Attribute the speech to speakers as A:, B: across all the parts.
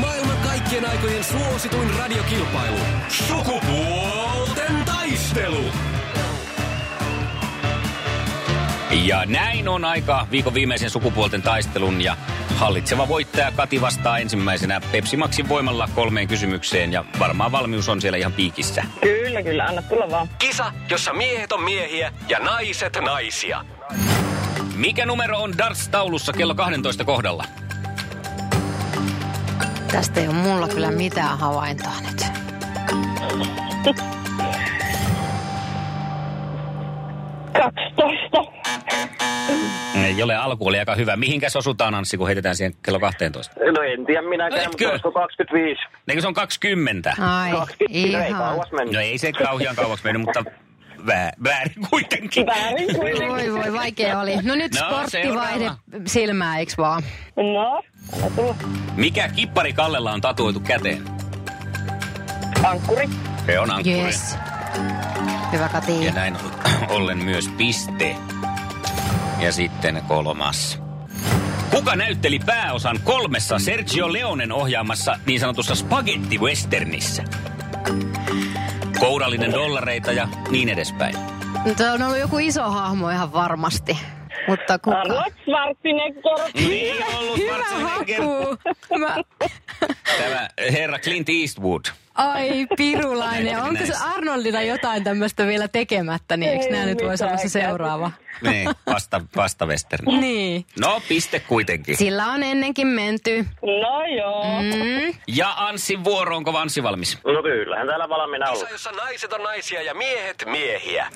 A: Maailman kaikkien aikojen suosituin radiokilpailu. Sukupuolten taistelu.
B: Ja näin on aika viikon viimeisen sukupuolten taistelun ja hallitseva voittaja Kati vastaa ensimmäisenä Pepsi Maxin voimalla kolmeen kysymykseen ja varmaan valmius on siellä ihan piikissä.
C: Kyllä, kyllä, anna tulla vaan.
A: Kisa, jossa miehet on miehiä ja naiset naisia.
B: Mikä numero on Darts-taulussa kello 12 kohdalla?
D: Tästä ei ole mulla kyllä mitään havaintoa nyt.
C: Kaksitoista.
B: Ei ole alku, oli aika hyvä. Mihinkäs osutaan, Anssi, kun heitetään siihen kello 12?
E: No en tiedä minäkään,
B: Etkö?
E: mutta olisiko 25?
B: Eikö se on 20?
D: Ai,
E: 20, ei
D: ihan.
E: kauas mennyt.
B: No ei se kauhean kauaksi mennyt, mutta vää- väärin kuitenkin.
C: Väärin
D: Voi
C: kuitenkin.
D: voi, vaikea oli. No nyt
B: No,
D: sporttivaihde silmää, eiks vaan?
C: No, anna tulla.
B: Mikä kippari Kallella on tatuoitu käteen?
C: Ankkuri.
B: Se on ankkuri.
D: Yes. Hyvä Kati.
B: Ja näin ollen myös piste. Ja sitten kolmas. Kuka näytteli pääosan kolmessa Sergio Leonen ohjaamassa niin sanotussa spagetti-westernissä? Kourallinen dollareita ja niin edespäin.
D: No, Tämä on ollut joku iso hahmo ihan varmasti. Mutta kuka? Niin.
C: Arnold Schwarzenegger.
B: Ei Niin ollut
D: Hyvä
B: Schwarzenegger.
D: haku. Mä...
B: Tämä herra Clint Eastwood.
D: Ai pirulainen. Onko se
B: Näistä.
D: Arnoldilla jotain tämmöistä vielä tekemättä, niin eikö
C: Ei
D: nää nyt voisi olla se
C: mitään.
D: seuraava?
B: Niin, vasta, vasta westerni.
D: Niin.
B: No, piste kuitenkin.
D: Sillä on ennenkin menty.
C: No joo.
D: Mm.
B: Ja Anssin vuoro, onko Anssi valmis?
E: No kyllähän täällä valmiina
A: Kisa,
E: ollut.
A: jossa naiset on naisia ja miehet miehiä.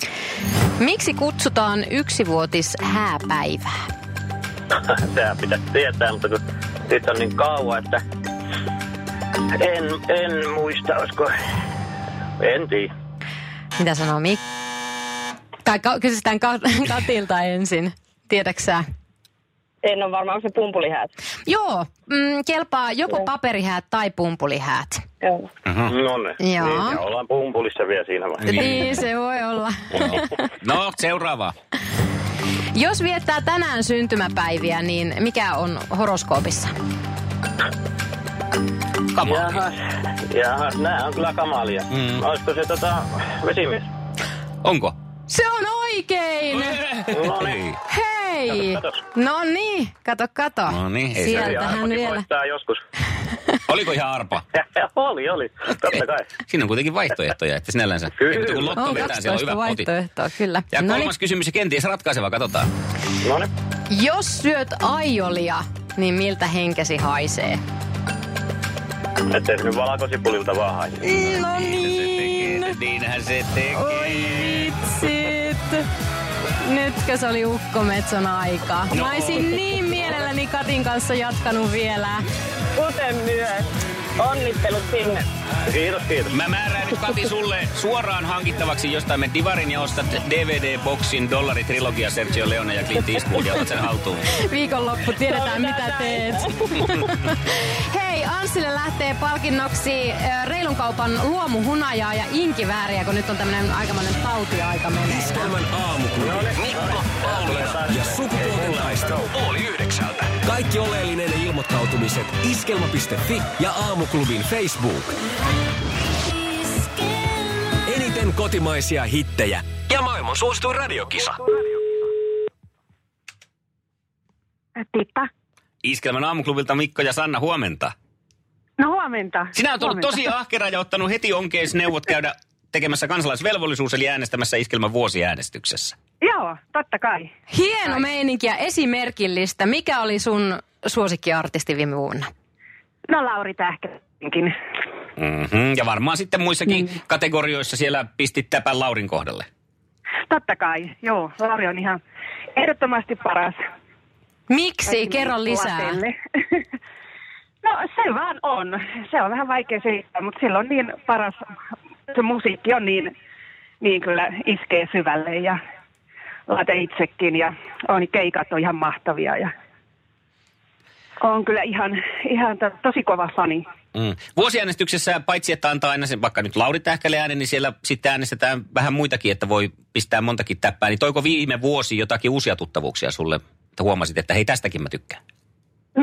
D: Miksi kutsutaan yksivuotis hääpäivää?
E: Sehän pitäisi tietää, mutta kun siitä on niin kauan, että en, en muista, olisiko... En tiedä.
D: Mitä sanoo Mik? Tai ka- kysytään ka- Katilta ensin. Tiedäksä?
C: En ole varmaan se pumpulihäät.
D: Joo, mm, kelpaa joko paperihäät tai pumpulihäät.
C: Joo.
B: Uh-huh.
E: No ne.
D: Joo.
E: Niin, me ollaan pumpulissa vielä siinä vaiheessa.
B: Niin.
D: Niin, se voi olla.
B: No, seuraava.
D: Jos viettää tänään syntymäpäiviä, niin mikä on horoskoopissa?
B: Kamaa.
E: Jahas, jahas, nää on kyllä kamalia.
B: Mm.
E: Mm. Olisiko se tota vesimies?
B: Onko?
D: Se on oikein!
E: No niin.
B: Ei.
D: Hei!
E: Kato, kato.
D: No niin, kato, kato.
B: No niin, ei se-
D: Sieltähän
E: Arpakin
D: vielä.
E: voittaa joskus.
B: Oliko ihan arpa?
E: oli, oli. Totta kai.
B: Siinä on kuitenkin vaihtoehtoja, että sinällänsä.
E: Kyllä.
B: Ei muuta kuin lotto
D: On
B: vetää, siellä on
D: 12
B: hyvä poti.
D: vaihtoehtoa, kyllä.
B: Ja
D: No
B: kolmas
D: niin,
B: kysymys ja kenties ratkaiseva, katsotaan.
E: No niin.
D: jos syöt aiolia, niin miltä henkesi haisee?
E: Ettei se nyt valakosipulilta vaan haise.
D: No Niin.
B: Niinhän se tekee.
D: Oi vitsit. Nytkö se oli Ukkometson aika?
B: No.
D: Mä olisin niin mielelläni Katin kanssa jatkanut vielä.
C: Kuten myös. Onnittelut sinne.
E: Kiitos, kiitos.
B: Mä määrään nyt Kati sulle suoraan hankittavaksi jostain me divarin ja ostat DVD-boksin dollaritrilogia Sergio Leone ja Clint Eastwood ja otat sen haltuun.
D: Viikonloppu, tiedetään mitä teet. Hei, Anssille lähtee palkinnoksi ö, Reilun kaupan luomuhunajaa ja inkivääriä, kun nyt on tämmönen aikamoinen tautiaika meneillään.
A: Iskelmän aamuklubi. Mikko, Pauliina ja sukupuolten taistelu. Oli yhdeksältä. Kaikki oleellinen ilmoittautumiset iskelma.fi ja aamuklubin Facebook. Eniten kotimaisia hittejä ja maailman suosituin radiokisa.
F: Titta.
B: Iskelmän aamuklubilta Mikko ja Sanna, huomenta.
F: No huomenta.
B: Sinä olet ollut
F: Huomenta.
B: tosi ahkera ja ottanut heti onkeisneuvot käydä tekemässä kansalaisvelvollisuus eli äänestämässä iskelmän vuosiäänestyksessä.
F: Joo, totta kai.
D: Hieno meininki ja esimerkillistä. Mikä oli sun suosikkiartisti viime vuonna?
F: No Lauri Tähkäinenkin.
B: Mm-hmm. Ja varmaan sitten muissakin mm. kategorioissa siellä pistit täpän Laurin kohdalle.
F: Totta kai, joo. Lauri on ihan ehdottomasti paras.
D: Miksi? Kerro lisää.
F: Latelle. No se vaan on. Se on vähän vaikea selittää, mutta silloin niin paras, se musiikki on niin, niin kyllä iskee syvälle ja laite itsekin ja on, keikat on ihan mahtavia ja on kyllä ihan, ihan to- tosi kova fani.
B: Mm. Vuosiäänestyksessä paitsi, että antaa aina sen vaikka nyt Lauri Tähkälle äänen, niin siellä sitten äänestetään vähän muitakin, että voi pistää montakin täppää. Niin toiko viime vuosi jotakin uusia tuttavuuksia sulle, että huomasit, että hei tästäkin mä tykkään?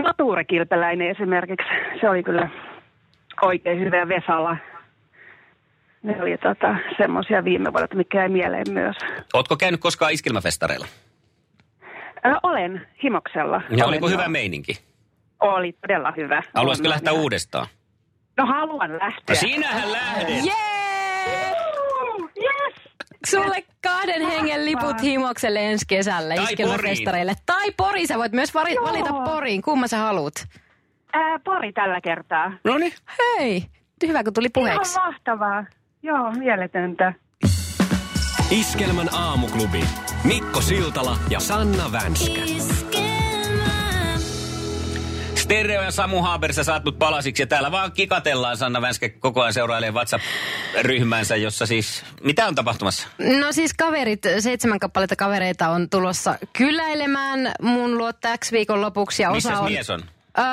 F: No Tuure Kilpeläinen esimerkiksi, se oli kyllä oikein hyvä ja Vesala. Ne oli tota, semmoisia viime vuodelta, mikä jäi mieleen myös.
B: Ootko käynyt koskaan iskelmäfestareilla?
F: Ö, olen himoksella.
B: Ja
F: Olen,
B: oliko
F: joo.
B: hyvä meininki?
F: Oli todella hyvä.
B: Haluaisitko
F: On,
B: lähteä
F: ja-
B: uudestaan?
F: No haluan
B: No
F: lähteä.
B: siinähän lähdet!
D: Jee!
F: Yes!
D: Sulle kahden hengen liput himokselle ensi kesälle
B: Tai
D: iskelmäfestareille. Tai Pori, sä voit myös vari- valita Poriin, kumman sä haluut.
F: Ää, pori tällä kertaa.
B: No niin.
D: Hei, hyvä kun tuli
F: Ihan
D: puheeksi.
F: mahtavaa. Joo, mieletöntä.
A: Iskelmän aamuklubi. Mikko Siltala ja Sanna Vänskä.
B: Stereo ja Samu Haber, sä saat mut palasiksi ja täällä vaan kikatellaan Sanna Vänskä koko ajan seurailee WhatsApp-ryhmänsä, jossa siis... Mitä on tapahtumassa?
D: No siis kaverit, seitsemän kappaletta kavereita on tulossa kyläilemään mun luo täksi viikon lopuksi. Ja
B: Missäs
D: osa on,
B: mies on?
D: Öö,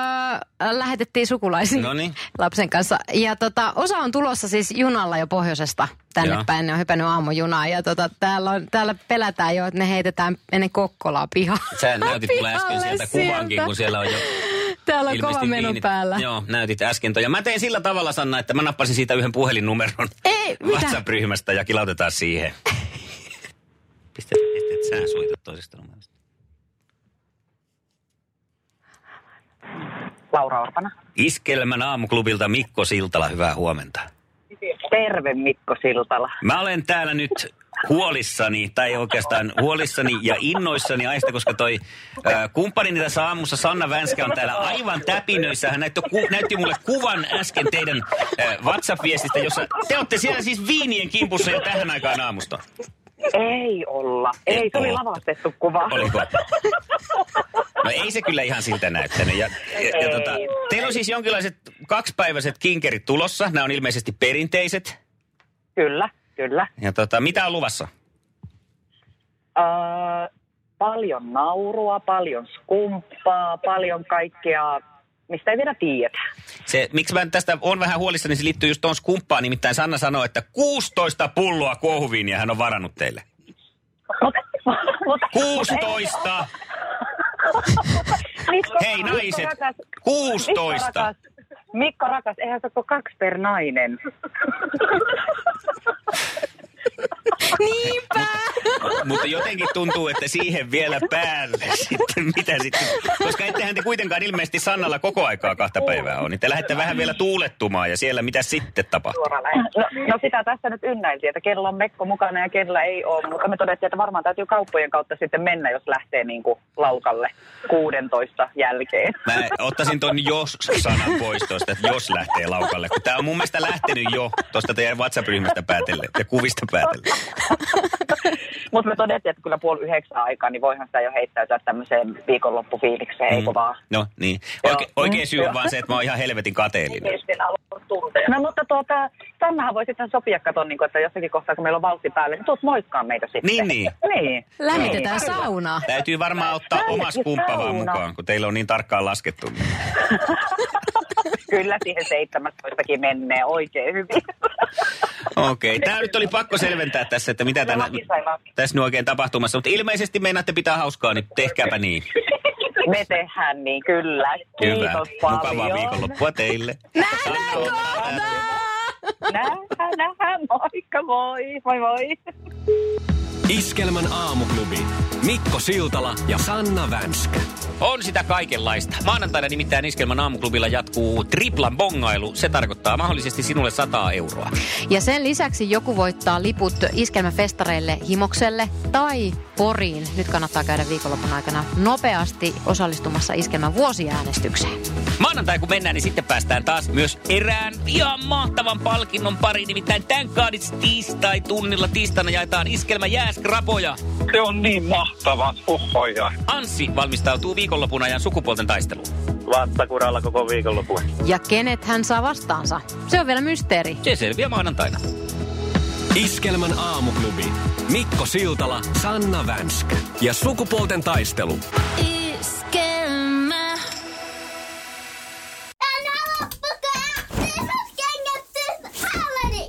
D: lähetettiin sukulaisiin
B: Noniin.
D: lapsen kanssa. Ja tota, osa on tulossa siis junalla jo pohjoisesta tänne
B: Joo.
D: päin. Ne on hypännyt aamujunaan ja tota, täällä, on, täällä pelätään jo, että ne heitetään ennen Kokkolaa pihaan.
B: Sä näytit mulle äsken
D: Pihalle
B: sieltä kuvankin, kun siellä on jo
D: Täällä on
B: ilmeisesti
D: kova meno
B: viinit.
D: päällä.
B: Joo, näytit äsken toi. Ja mä tein sillä tavalla, Sanna, että mä nappasin siitä yhden puhelinnumeron
D: Ei, mitä?
B: WhatsApp-ryhmästä ja kilautetaan siihen. Pistä, että sä soitat toisesta numerosta.
G: Laura Orpana.
B: Iskelmän aamuklubilta Mikko Siltala, hyvää huomenta.
G: Terve Mikko Siltala.
B: Mä olen täällä nyt huolissani, tai oikeastaan huolissani ja innoissani aista, koska toi ää, kumppanini tässä aamussa, Sanna Vänskä, on täällä aivan täpinöissä. Hän näytti, ku, näytti mulle kuvan äsken teidän ää, WhatsApp-viestistä, jossa te olette siellä siis viinien kimpussa jo tähän aikaan aamusta.
G: Ei olla. Ei, se oli
B: oo.
G: lavastettu kuva.
B: Oliko? No ei se kyllä ihan siltä näyttänyt. Ja, ja, ja tota, teillä on siis jonkinlaiset kaksipäiväiset kinkerit tulossa. Nämä on ilmeisesti perinteiset.
G: Kyllä, kyllä.
B: Ja tota, mitä on luvassa?
G: Öö, paljon naurua, paljon skumppaa, paljon kaikkea, mistä ei vielä tiedetä.
B: Se, miksi mä tästä on vähän huolissani, niin se liittyy just tuon skumppaan. Nimittäin Sanna sanoi, että 16 pulloa kuohuviiniä hän on varannut teille.
G: Mut- mut-
B: 16!
G: Mikko-
B: Hei
G: Mikko
B: naiset,
G: rakas- Mikko
B: 16!
G: rakas, Mikko rakas, eihän se ole kaksi per nainen.
D: Niinpä!
B: Mutta jotenkin tuntuu, että siihen vielä päälle sitten, mitä sitten. Koska ettehän te kuitenkaan ilmeisesti Sannalla koko aikaa kahta päivää on. Niin te lähdette vähän vielä tuulettumaan ja siellä mitä sitten tapahtuu.
G: No, no sitä tässä nyt ynnäiltiin, että kello on Mekko mukana ja kellä ei ole, mutta me todettiin, että varmaan täytyy kauppojen kautta sitten mennä, jos lähtee niin kuin laukalle 16 jälkeen.
B: Mä ottaisin ton jos-sanan pois tosta, että jos lähtee laukalle. Kun tää on mun mielestä lähtenyt jo tosta teidän WhatsApp-ryhmästä päätellen ja kuvista päätellen.
G: Mutta me todettiin, että kyllä puoli yhdeksän aikaa, niin voihan sitä jo heittäytyä tämmöiseen viikonloppufiilikseen, mm. eikö vaan?
B: No niin.
G: Joo.
B: Oike, oikea
G: Mm,
B: syy on
G: joo. Niin.
B: vaan se, että mä oon ihan helvetin kateellinen.
G: No mutta tuota, Sannahan voi sitten sopia, katon, niin kuin, että jossakin kohtaa, kun meillä on valtti päällä, niin tuut moikkaa meitä sitten.
B: Niin, niin.
G: Niin.
D: Lämmitetään saunaa.
B: Täytyy varmaan ottaa
G: Lämmin
B: oma skumppa vaan
G: sauna.
B: mukaan, kun teillä on niin tarkkaan laskettu.
G: Niin. Kyllä siihen 17kin menee oikein hyvin.
B: Okei, okay. tämä nyt oli pakko selventää tässä, että mitä tänä,
G: laki sai laki.
B: tässä nyt oikein tapahtumassa. Mutta ilmeisesti meinaatte pitää hauskaa, niin tehkääpä niin.
G: Me tehdään niin, kyllä.
B: Hyvä.
G: Kiitos
B: Mukavaa
G: paljon.
B: viikonloppua teille.
D: Nähdään kohta!
G: Nähdään, nähdään. Moikka, moi. Moi, moi.
A: Iskelmän aamuklubi. Mikko Siltala ja Sanna Vänskä.
B: On sitä kaikenlaista. Maanantaina nimittäin Iskelman aamuklubilla jatkuu triplan bongailu. Se tarkoittaa mahdollisesti sinulle 100 euroa.
D: Ja sen lisäksi joku voittaa liput iskelmäfestareille Himokselle tai Poriin. Nyt kannattaa käydä viikonlopun aikana nopeasti osallistumassa iskelmän vuosiäänestykseen.
B: Maanantai kun mennään, niin sitten päästään taas myös erään ihan mahtavan palkinnon pariin. Nimittäin tämän kaadits tiistai tunnilla tiistaina jaetaan iskelmä jääskrapoja.
H: Se on niin mahtavaa, uhoja.
B: Anssi valmistautuu viikonlopun ajan sukupuolten taisteluun.
E: vattakuralla koko viikonlopun.
D: Ja kenet hän saa vastaansa? Se on vielä mysteeri.
B: Se selviää maanantaina.
A: Iskelmän aamuklubi. Mikko Siltala, Sanna Vänskä ja sukupuolten taistelu.
H: Iskelmä. Tänä loppukaa! Tisat kengät, tisat hallari!